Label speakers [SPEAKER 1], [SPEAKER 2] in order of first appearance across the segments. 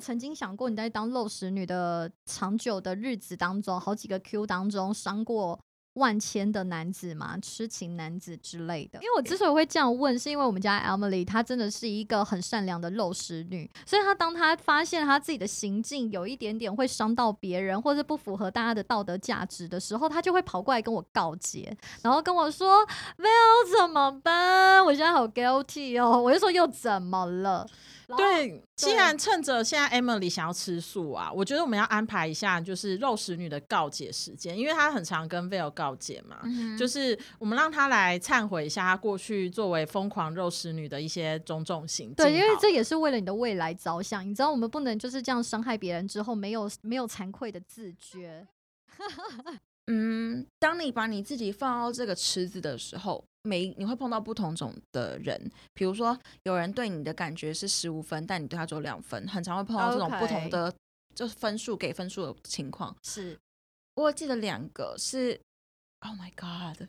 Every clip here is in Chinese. [SPEAKER 1] 曾经想过你在当肉食女的长久的日子当中，好几个 Q 当中伤过万千的男子吗？痴情男子之类的？因为我之所以会这样问，是因为我们家 Emily 她真的是一个很善良的肉食女，所以她当她发现她自己的行径有一点点会伤到别人，或者不符合大家的道德价值的时候，她就会跑过来跟我告解，然后跟我说 v e l 怎么办？我现在好 guilty 哦。”我就说：“又怎么了？”然后
[SPEAKER 2] 对，既然趁着现在 Emily 想要吃素啊，我觉得我们要安排一下，就是肉食女的告解时间，因为她很常跟 Vale 告解嘛，
[SPEAKER 1] 嗯
[SPEAKER 2] 就是我们让她来忏悔一下她过去作为疯狂肉食女的一些种种行径好了。
[SPEAKER 1] 对，因为这也是为了你的未来着想，你知道我们不能就是这样伤害别人之后没有没有惭愧的自觉。
[SPEAKER 3] 嗯，当你把你自己放到这个池子的时候，每你会碰到不同种的人，比如说有人对你的感觉是十五分，但你对他只有两分，很常会碰到这种不同
[SPEAKER 1] OK
[SPEAKER 3] 的就是分数给分数的情况。
[SPEAKER 1] 是，
[SPEAKER 3] 我记得两个是，Oh my God，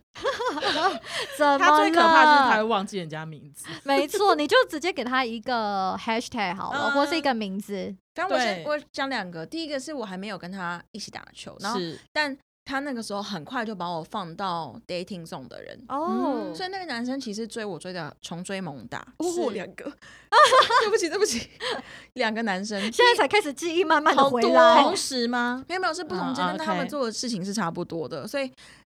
[SPEAKER 1] 怎么
[SPEAKER 2] 她最可怕就是她会
[SPEAKER 1] 了
[SPEAKER 2] 忘记人家名字。
[SPEAKER 1] 没错，你就直接给他一个 hashtag 好了，
[SPEAKER 2] 嗯
[SPEAKER 1] 或是一个名字。
[SPEAKER 3] 反正我先
[SPEAKER 2] 对
[SPEAKER 3] 我讲两个，第一个是我还没有跟他一起打球，然后
[SPEAKER 2] 是，
[SPEAKER 3] 但他那个时候很快就把我放到 dating zone 的人，
[SPEAKER 1] 哦
[SPEAKER 3] 所以那个男生其实追我追的穷追猛打，
[SPEAKER 1] 是
[SPEAKER 3] 哦两 个，对不起对不起，两个男生，
[SPEAKER 1] 现在才开始记忆慢慢的
[SPEAKER 3] 好
[SPEAKER 1] 回
[SPEAKER 3] 多
[SPEAKER 1] 来。
[SPEAKER 2] 同时吗？
[SPEAKER 3] 没有没有是不同阶
[SPEAKER 2] 嗯
[SPEAKER 3] 段，
[SPEAKER 2] 嗯
[SPEAKER 3] 但他们
[SPEAKER 2] OK
[SPEAKER 3] 做的事情是差不多的，所以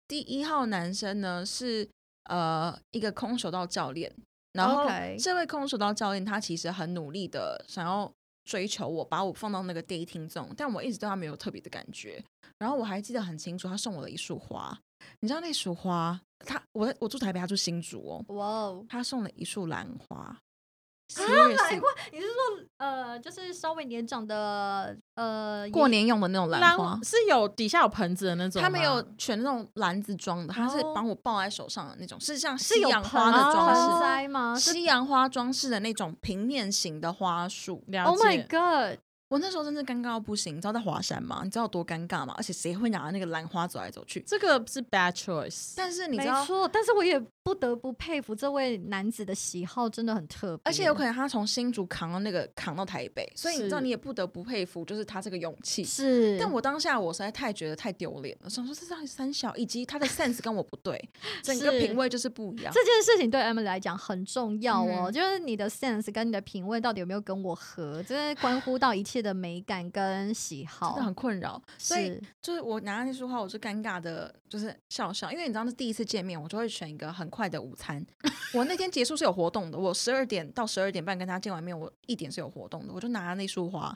[SPEAKER 3] 第一号男生呢是呃一个空手道教练，然后
[SPEAKER 1] OK
[SPEAKER 3] 这位空手道教练他其实很努力的想要追求我，把我放到那个 dating zone，但我一直对他没有特别的感觉，然后我还记得很清楚，他送我了一束花，你知道那束花，他我在我住台北，他住新竹哦，
[SPEAKER 1] 哇哦！
[SPEAKER 3] 他送了一束兰花。
[SPEAKER 1] 来
[SPEAKER 3] Seriously，
[SPEAKER 1] 过，你是说呃，就是稍微年长的呃，
[SPEAKER 3] 过年用的那种兰花
[SPEAKER 2] 兰，是有底下有盆子的那种吗，
[SPEAKER 3] 他没有选那种篮子装的，他是
[SPEAKER 1] 哦
[SPEAKER 3] 帮我抱在手上的那种，是像
[SPEAKER 1] 是
[SPEAKER 3] 西
[SPEAKER 1] 有
[SPEAKER 3] 洋
[SPEAKER 1] 盆
[SPEAKER 3] 花的
[SPEAKER 1] 盆
[SPEAKER 3] 装
[SPEAKER 1] 栽吗？
[SPEAKER 3] 饰，
[SPEAKER 1] 是
[SPEAKER 3] 西洋花装饰的那种平面型的花束。
[SPEAKER 2] 了
[SPEAKER 1] Oh
[SPEAKER 2] 解。
[SPEAKER 1] my God！
[SPEAKER 3] 我那时候真的尴尬到不行，你知道在华山吗？你知道有多尴尬吗？而且谁会拿那个兰花走来走去？
[SPEAKER 2] 这个是 bad choice，
[SPEAKER 3] 但是你知
[SPEAKER 1] 没
[SPEAKER 3] 道，
[SPEAKER 1] 错，但是我也不得不佩服这位男子的喜好真的很特别，
[SPEAKER 3] 而且有可能他从新竹扛到那个扛到台北，所以你知道
[SPEAKER 2] 是
[SPEAKER 3] 你也不得不佩服，就是他这个勇气。
[SPEAKER 1] 是，
[SPEAKER 3] 但我当下我实在太觉得太丢脸了，想说这到底三小，以及他的 sense 跟我不对， 整个
[SPEAKER 1] 是
[SPEAKER 3] 品味就是不一样。
[SPEAKER 1] 这件事情对 Emily 来讲很重要哦，
[SPEAKER 3] 嗯
[SPEAKER 1] 就是你的 sense 跟你的品味到底有没有跟我合，这关乎到一切的美感跟喜
[SPEAKER 3] 真
[SPEAKER 1] 好
[SPEAKER 3] 的。很困扰，所以
[SPEAKER 1] 是
[SPEAKER 3] 就是我拿到那束花，我就尴尬的，就是笑笑，因为你知道那第一次见面，我就会选一个很快的午 餐。我那天结束是有活动的，我十二点到十二点半跟他见完面，我一点是有活动的，我就拿那束花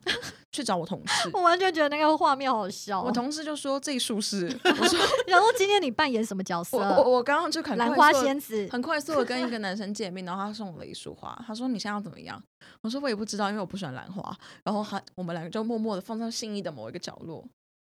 [SPEAKER 3] 去找我同 事。
[SPEAKER 1] 我完全觉得那个画面好笑。
[SPEAKER 3] 我同事就说这一 束是，我说
[SPEAKER 1] 然后今天你扮演什么角色
[SPEAKER 3] 我？我我刚刚就很快
[SPEAKER 1] 兰花
[SPEAKER 3] 速地
[SPEAKER 1] 仙子。
[SPEAKER 3] 很快速的跟一个男生见面，然后他送我了一束花，他说你现在要怎么样？我说我也不知道，因为我不喜欢兰花。然后他我们两个就默默的放到信义的某一个角落，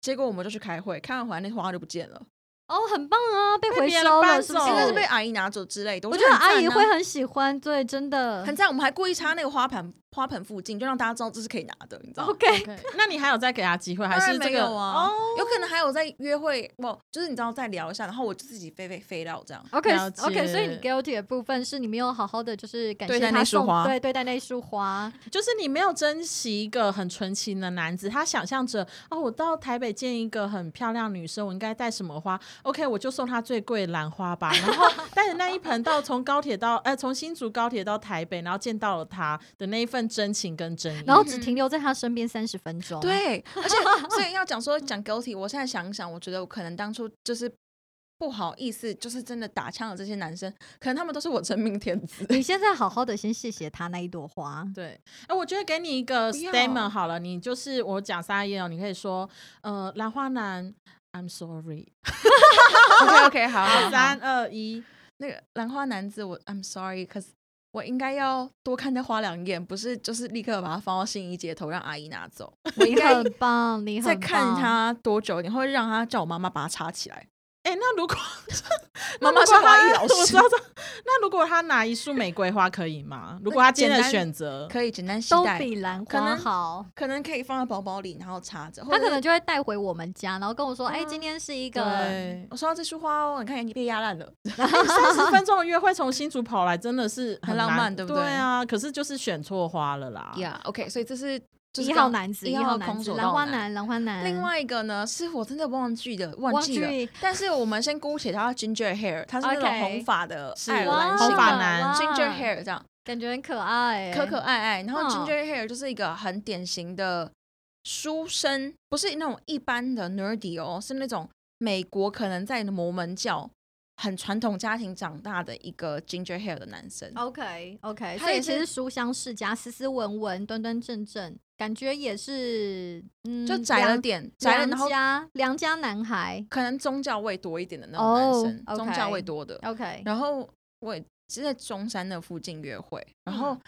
[SPEAKER 3] 结果我们就去开会，开完会那花就不见了，
[SPEAKER 1] 哦，很棒啊，被
[SPEAKER 2] 被
[SPEAKER 1] 回
[SPEAKER 2] 别人
[SPEAKER 1] 收了，
[SPEAKER 2] 搬
[SPEAKER 1] 是不是？
[SPEAKER 2] 走
[SPEAKER 3] 应该是被阿姨拿走之类的。
[SPEAKER 1] 我
[SPEAKER 3] 哦我
[SPEAKER 1] 觉得
[SPEAKER 3] 很赞啊
[SPEAKER 1] 阿姨会很喜欢，对，真的
[SPEAKER 3] 很赞，我们还故意插那个花盆花盆附近，就让大家知道这是可以拿的，你知道吗？
[SPEAKER 1] OK。
[SPEAKER 2] OK，那你还有再给他机会，还
[SPEAKER 3] 哦当然
[SPEAKER 2] 是这
[SPEAKER 3] 没
[SPEAKER 2] 个？
[SPEAKER 3] 有啊
[SPEAKER 2] 哦，
[SPEAKER 3] 有可能还有在约会，不就是你知道再聊一下，然后我就自己飞飞飞到这样。
[SPEAKER 1] OK
[SPEAKER 2] 了
[SPEAKER 1] OK，所以你
[SPEAKER 2] 解
[SPEAKER 1] guilty 的部分是你没有好好的就是感谢
[SPEAKER 3] 对待
[SPEAKER 1] 他
[SPEAKER 3] 那束
[SPEAKER 1] 送
[SPEAKER 3] 花
[SPEAKER 1] 对对待那束花，
[SPEAKER 2] 就是你没有珍惜一个很纯情的男子，他想象着哦，我到台北见一个很漂亮女生，我应该带什么花？OK，我就送她最贵的兰花吧，然后带着那一盆到从高铁到呃从新竹高铁到台北，然后见到了他的那一份真情跟真意。
[SPEAKER 1] 然后只停留在他身边三十分钟。
[SPEAKER 3] 对，而且所以要讲说讲 guilty，我现在想一想，我觉得我可能当初就是不好意思，就是真的打枪的这些男生，可能他们都是我真命天 子。
[SPEAKER 1] 你现在好好的先谢谢他那一朵花。
[SPEAKER 2] 对，哎、我觉得给你一个
[SPEAKER 3] 不要
[SPEAKER 2] statement 好了，你就是我讲沙耶哦，你可以说呃兰花男，I'm sorry，
[SPEAKER 3] OK OK，好
[SPEAKER 2] 好，三二一，
[SPEAKER 3] 那个兰花男子，我 I'm sorry，可是我应该要多看他花两眼，不是就是立刻把他放到信义街头让阿姨拿走，我应
[SPEAKER 1] 你
[SPEAKER 3] 该
[SPEAKER 1] 很棒，你
[SPEAKER 3] 再
[SPEAKER 1] 很棒。
[SPEAKER 3] 看他多久，你会让他叫我妈妈把他插起来。
[SPEAKER 2] 哎、那 如果
[SPEAKER 3] 妈妈是花艺老
[SPEAKER 2] 我知
[SPEAKER 3] 师
[SPEAKER 2] 道，这那如果他拿一束玫瑰花可以吗？如果他今天的选择，
[SPEAKER 3] 呃可以简单携
[SPEAKER 1] 都
[SPEAKER 3] 带，
[SPEAKER 1] 比兰
[SPEAKER 3] 可
[SPEAKER 1] 花
[SPEAKER 3] 能
[SPEAKER 1] 好。
[SPEAKER 3] 可能可以放在包包里，然后插着。或
[SPEAKER 1] 他
[SPEAKER 3] 者
[SPEAKER 1] 可
[SPEAKER 3] 啊
[SPEAKER 1] 能
[SPEAKER 3] 是
[SPEAKER 1] 就会带回我们家，然后跟我说：“哎、今天是一个
[SPEAKER 2] 对， 哎
[SPEAKER 3] 我收到这束花哦，你看你被压烂了。
[SPEAKER 2] 三十分钟的约会从新竹跑来，真的是
[SPEAKER 3] 很浪
[SPEAKER 2] 难
[SPEAKER 3] 漫对不对
[SPEAKER 2] 对啊，可是就是选错花了啦。
[SPEAKER 3] 呀、o k 所以这是就是
[SPEAKER 1] 一号
[SPEAKER 3] 刚
[SPEAKER 1] 男子，
[SPEAKER 3] 一
[SPEAKER 1] 一
[SPEAKER 3] 号
[SPEAKER 1] 号男
[SPEAKER 3] 空
[SPEAKER 1] 子，
[SPEAKER 3] 手
[SPEAKER 1] 兰
[SPEAKER 3] 道
[SPEAKER 1] 花
[SPEAKER 3] 男
[SPEAKER 1] 男，兰花男。
[SPEAKER 3] 另外一个呢，是我真的忘记了，忘
[SPEAKER 1] 忘
[SPEAKER 3] 记了。
[SPEAKER 1] 记
[SPEAKER 3] 但是我们先姑且叫他 Ginger Hair，他是那种
[SPEAKER 1] OK
[SPEAKER 3] 红发的
[SPEAKER 2] 是
[SPEAKER 3] 爱尔兰
[SPEAKER 2] 红
[SPEAKER 3] 型
[SPEAKER 2] 发
[SPEAKER 3] 的
[SPEAKER 2] 男
[SPEAKER 1] 哇
[SPEAKER 3] Ginger Hair 这样
[SPEAKER 1] 感觉很可爱欸，
[SPEAKER 3] 可可爱爱。然后
[SPEAKER 1] 嗯
[SPEAKER 3] Ginger Hair 就是一个很典型的书生，不是那种一般的 nerdy 哦，是那种美国可能在摩门教很传统家庭长大的一个 Ginger Hair 的男生。
[SPEAKER 1] 哦 OK OK，
[SPEAKER 3] 他
[SPEAKER 1] 所以
[SPEAKER 3] 也
[SPEAKER 1] 其
[SPEAKER 3] 是
[SPEAKER 1] 实书香世家，斯斯文文，端端正正，感觉也是嗯，
[SPEAKER 3] 就窄了
[SPEAKER 1] 良
[SPEAKER 3] 点，窄了，然
[SPEAKER 1] 良
[SPEAKER 3] 后
[SPEAKER 1] 家良家男孩。
[SPEAKER 3] 可能宗教味多一点的那种男生
[SPEAKER 1] 哦
[SPEAKER 3] 宗教
[SPEAKER 1] OK
[SPEAKER 3] 味多的。
[SPEAKER 1] OK，
[SPEAKER 3] 然后我也是在中山那附近约会，然后
[SPEAKER 1] 嗯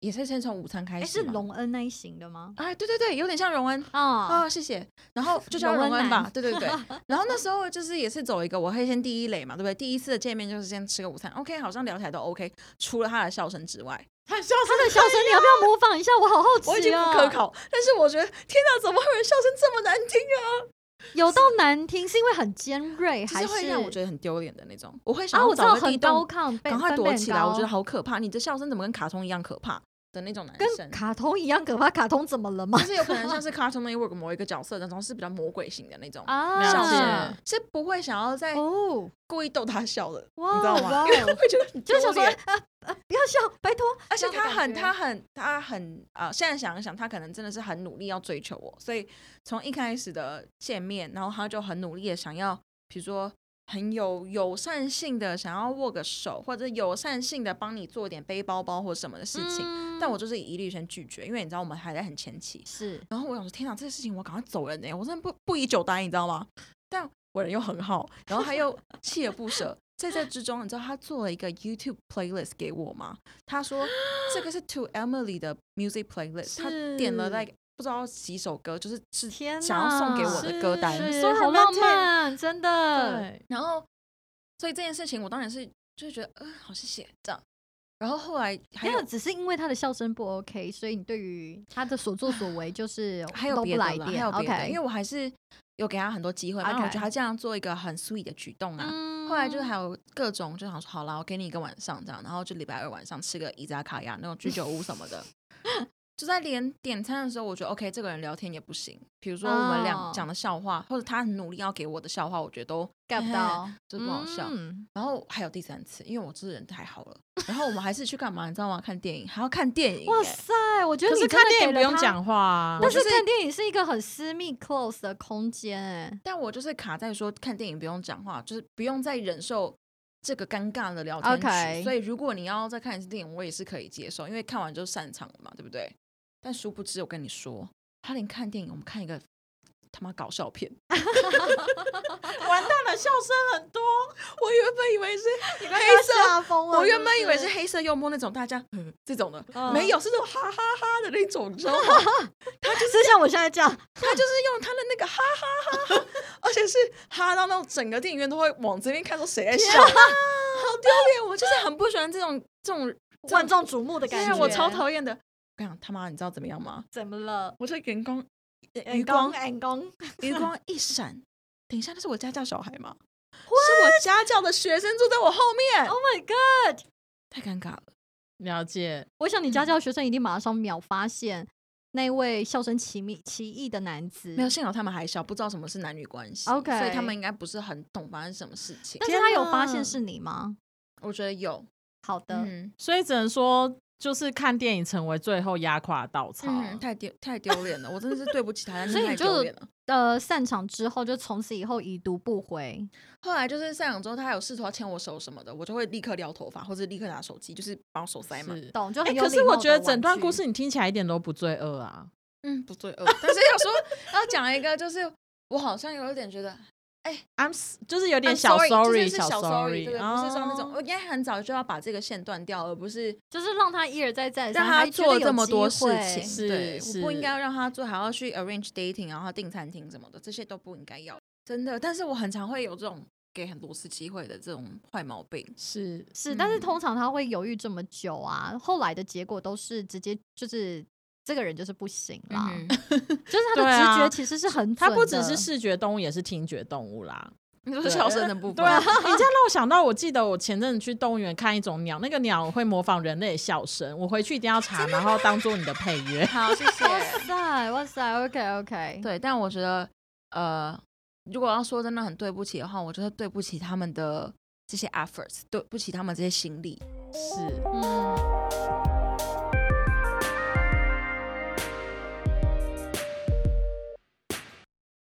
[SPEAKER 3] 也是先从午餐开
[SPEAKER 1] 哎，
[SPEAKER 3] 始
[SPEAKER 1] 是
[SPEAKER 3] 嘛。
[SPEAKER 1] 隆恩那一型的吗？
[SPEAKER 3] 哎，对对对，有点像荣恩
[SPEAKER 1] 啊，
[SPEAKER 3] 啊，谢谢。然后就叫
[SPEAKER 1] 荣
[SPEAKER 3] 荣
[SPEAKER 1] 恩
[SPEAKER 3] 恩吧
[SPEAKER 1] 男，
[SPEAKER 3] 对对 对。然后那时候就是也是走一个，我会先第一垒嘛，对不对？第一次的见面就是先吃个午餐，OK，好像聊起来都 OK，除了他的笑声之外，
[SPEAKER 2] 他笑
[SPEAKER 1] 他的笑声你要不要模仿一下？我好好奇哦。
[SPEAKER 3] 我已经不可考。但是我觉得，天哪，怎么会有人笑声这么难听啊？
[SPEAKER 1] 有到难听是因为很尖锐，
[SPEAKER 3] 就
[SPEAKER 1] 哎还
[SPEAKER 3] 是会让我觉
[SPEAKER 1] 得
[SPEAKER 3] 得很丢脸的那种。我会想
[SPEAKER 1] 啊，
[SPEAKER 3] 要
[SPEAKER 1] 我知道
[SPEAKER 3] 找个地
[SPEAKER 1] 很高
[SPEAKER 3] 洞，
[SPEAKER 1] 亢，被
[SPEAKER 3] 赶快
[SPEAKER 1] 分
[SPEAKER 3] 躲
[SPEAKER 1] 贝
[SPEAKER 3] 起
[SPEAKER 1] 很
[SPEAKER 3] 来，我觉得
[SPEAKER 1] 高
[SPEAKER 3] 好可怕。你这笑声怎么跟卡通一样可怕的那种男生
[SPEAKER 1] 跟？卡通一样可怕。卡通怎么了吗
[SPEAKER 3] 就？是有可能像是 Cartoon Network 某一个角色那种是比较魔鬼型的那种
[SPEAKER 1] 啊
[SPEAKER 3] 笑哎
[SPEAKER 2] 了
[SPEAKER 3] 声
[SPEAKER 2] 解，
[SPEAKER 3] 是不会想要在
[SPEAKER 1] 哦，
[SPEAKER 3] 故意逗他笑的，
[SPEAKER 1] 哇
[SPEAKER 3] 你知道吗？
[SPEAKER 1] 哇哦
[SPEAKER 3] 因为会觉得很
[SPEAKER 1] 就是
[SPEAKER 3] 丢
[SPEAKER 1] 想说
[SPEAKER 3] 脸，
[SPEAKER 1] 啊啊，不要笑，拜托。
[SPEAKER 3] 而且
[SPEAKER 1] 这样
[SPEAKER 3] 他
[SPEAKER 1] 的
[SPEAKER 3] 很
[SPEAKER 1] 感觉
[SPEAKER 3] 他很他很呃，现在想一想，他可能真的是很努力要追求我，所以从一开始的见面，然后他就很努力的想要，比如说。很有友善性的想要握个手，或者友善性的帮你做点背包包或什么的事情，
[SPEAKER 1] 嗯
[SPEAKER 3] 但我就是一律先拒绝，因为你知道我们还在很前期，
[SPEAKER 1] 是
[SPEAKER 3] 然后我想说，天哪，这个事情我赶快走人呢、欸我真的不不宜久待，你知道吗？但我人又很好，然后他又 锲而不舍，在这之中，你知道他做了一个 YouTube playlist 给我吗？他说 这个是 To Emily 的 music playlist，他点了
[SPEAKER 2] 是
[SPEAKER 3] like 不知道几首歌，就是是
[SPEAKER 1] 天
[SPEAKER 3] 想要送给
[SPEAKER 1] 哪
[SPEAKER 3] 我的歌单，
[SPEAKER 2] 是
[SPEAKER 1] 是
[SPEAKER 2] so
[SPEAKER 1] 好浪
[SPEAKER 2] romantic
[SPEAKER 1] 漫，真的。
[SPEAKER 2] 对，
[SPEAKER 3] 然后所以这件事情我当然是就是觉得，嗯、好谢谢这样。然后后来还
[SPEAKER 1] 没
[SPEAKER 3] 有
[SPEAKER 1] 有，只是因为他的笑声不 OK，所以你对于他的所作所为就是
[SPEAKER 3] 还有
[SPEAKER 1] 都
[SPEAKER 3] 别
[SPEAKER 1] 不
[SPEAKER 3] 的
[SPEAKER 1] 来
[SPEAKER 3] 啦，还
[SPEAKER 1] 电
[SPEAKER 3] 有别的，
[SPEAKER 1] ，OK？
[SPEAKER 3] 因为我还是有给他很多机会，然后我觉
[SPEAKER 1] OK
[SPEAKER 3] 得他这样做一个很 sweet 的举动啊。
[SPEAKER 1] 嗯
[SPEAKER 3] 后来就是还有各种，就想说好啦，我给你一个晚上这样，然后就礼拜二晚上吃个伊扎卡亚那种居酒屋什 么的。就在连点餐的时候，我觉得 OK，这个人聊天也不行。比如说我们俩
[SPEAKER 1] 哦
[SPEAKER 3] 讲的笑话，或者他很努力要给我的笑话，我觉得都
[SPEAKER 1] get 不 到，
[SPEAKER 3] 就不好笑。
[SPEAKER 1] 嗯
[SPEAKER 3] 然后还有第三次，因为我这个人太好了。然后我们还是去干嘛？你知道吗？看电影，还要看电影、
[SPEAKER 1] 哇
[SPEAKER 3] 欸。
[SPEAKER 1] 塞，我觉得
[SPEAKER 2] 可
[SPEAKER 1] 你
[SPEAKER 2] 是
[SPEAKER 1] 真的
[SPEAKER 2] 看电
[SPEAKER 1] 给
[SPEAKER 2] 影不
[SPEAKER 1] 了
[SPEAKER 2] 用
[SPEAKER 1] 他
[SPEAKER 2] 讲话啊，
[SPEAKER 1] 但
[SPEAKER 3] 我就是是
[SPEAKER 1] 看电影是一个很私密 close 的空间、哎，
[SPEAKER 3] 但我就是卡在说看电影不用讲话，就是不用再忍受这个尴尬的聊天
[SPEAKER 1] OK
[SPEAKER 3] 区。所以如果你要再看一次电影，我也是可以接受，因为看完就散场了嘛，对不对？但殊不知，我跟你说，他连看电影，我们看一个他妈搞 笑片，
[SPEAKER 2] 完蛋了，笑声很多，
[SPEAKER 3] 我原本以为是
[SPEAKER 1] 你
[SPEAKER 3] 黑色
[SPEAKER 1] 吓啊疯了。
[SPEAKER 3] 我原本以为
[SPEAKER 1] 是
[SPEAKER 3] 是
[SPEAKER 1] 不是
[SPEAKER 3] 黑色幽默那种大家、嗯、这种的，
[SPEAKER 1] 嗯
[SPEAKER 3] 没有是那种哈哈哈的那种，你知道吗？
[SPEAKER 1] 就像我现在这 样，
[SPEAKER 3] 他就是用他的那个哈哈哈哈，而且是哈到那种整个电影院都会往这边看，说谁在啊笑，好丢脸！我就是很不喜欢这种这 种这
[SPEAKER 1] 万
[SPEAKER 3] 种
[SPEAKER 1] 众瞩目的感
[SPEAKER 3] 对啊
[SPEAKER 1] 觉，
[SPEAKER 3] 我超讨厌的。我跟你讲他妈，你知道怎么样吗？
[SPEAKER 1] 怎么了？
[SPEAKER 3] 我这员工呃哎余
[SPEAKER 1] 眼
[SPEAKER 3] 光
[SPEAKER 1] 光，眼光，
[SPEAKER 3] 余光一闪，等一下，那是我家教小孩 吗？是我家教的学生坐在我后面
[SPEAKER 1] Oh，my god！
[SPEAKER 3] 太尴尬了。
[SPEAKER 2] 了解，
[SPEAKER 1] 我想你家教学生一定马上秒发现那位笑声奇密奇异的男子，
[SPEAKER 3] 没有，幸好他们还小，不知道什么是男女关系
[SPEAKER 1] OK
[SPEAKER 3] 所以他们应该不是很懂发生什么事情。
[SPEAKER 1] 但是他有
[SPEAKER 2] 天
[SPEAKER 1] 发
[SPEAKER 2] 哪
[SPEAKER 1] 现是你吗？
[SPEAKER 3] 我觉得有，
[SPEAKER 1] 好的，
[SPEAKER 3] 嗯
[SPEAKER 2] 所以只能说就是看电影成为最后压垮的稻草。啊
[SPEAKER 3] 嗯，太丢太丢脸了，我真的是对不起他，但是
[SPEAKER 1] 所以
[SPEAKER 3] 太
[SPEAKER 1] 你就
[SPEAKER 3] 丢脸了。
[SPEAKER 1] 呃，散场之后就从此以后已读不回，
[SPEAKER 3] 后来就是上场之后，他有试图要牵我手什么的，我就会立刻撩头发，或者立刻拿手机，就是把我手塞满。
[SPEAKER 2] 是
[SPEAKER 1] 懂？就
[SPEAKER 2] 哎、
[SPEAKER 1] 很有
[SPEAKER 2] 可
[SPEAKER 1] 礼
[SPEAKER 2] 是
[SPEAKER 1] 貌
[SPEAKER 2] 我
[SPEAKER 1] 地
[SPEAKER 2] 觉得整段
[SPEAKER 1] 婉拒
[SPEAKER 2] 故事你听起来一点都不罪恶啊。
[SPEAKER 3] 嗯，不罪恶，但是要说要讲一个，就是我好像有一点觉得
[SPEAKER 2] I'm s- 就是有点
[SPEAKER 3] I'm
[SPEAKER 2] 小
[SPEAKER 3] sorry，就是是
[SPEAKER 2] 小
[SPEAKER 3] sorry，对，不是说那种
[SPEAKER 2] 哦
[SPEAKER 3] 我应该很早就要把这个线断掉，而不是
[SPEAKER 1] 就是让他一而再再而
[SPEAKER 3] 让
[SPEAKER 1] 三
[SPEAKER 3] 他
[SPEAKER 1] 还觉得
[SPEAKER 3] 做了
[SPEAKER 1] 有
[SPEAKER 3] 这么
[SPEAKER 1] 机
[SPEAKER 3] 多事
[SPEAKER 1] 会
[SPEAKER 3] 情，
[SPEAKER 2] 是
[SPEAKER 3] 对，我不
[SPEAKER 2] 是
[SPEAKER 3] 应该让他做，还要去 arrange dating，然后订餐厅什么的，这些都不应该要，真的。但是我很常会有这种给很多次机会的这种坏毛病，
[SPEAKER 2] 是
[SPEAKER 1] 是，但是
[SPEAKER 3] 嗯
[SPEAKER 1] 通常他会犹豫这么久啊，后来的结果都是直接就是这个人就是不行啦，
[SPEAKER 3] 嗯哼
[SPEAKER 1] 就是他的
[SPEAKER 2] 对
[SPEAKER 1] 直
[SPEAKER 2] 啊
[SPEAKER 1] 觉其实是很
[SPEAKER 2] 它
[SPEAKER 1] 准
[SPEAKER 2] 不只
[SPEAKER 1] 的
[SPEAKER 2] 是视觉动物，也是听觉动物啦。
[SPEAKER 3] 你说笑声的部分，
[SPEAKER 2] 对 啊，你这样让我想到，我记得我前阵子去动物园看一种鸟，那个鸟会模仿人类的笑声，我回去一定要 查，然后当做你的配乐。
[SPEAKER 3] 好，谢谢。
[SPEAKER 1] 哇塞，哇塞，OK OK，
[SPEAKER 3] 对，但我觉得，呃，如果要说真的很对不起的话，我觉得对不起他们的这些 efforts，对不起他们这些心力。
[SPEAKER 2] 是。
[SPEAKER 1] 嗯。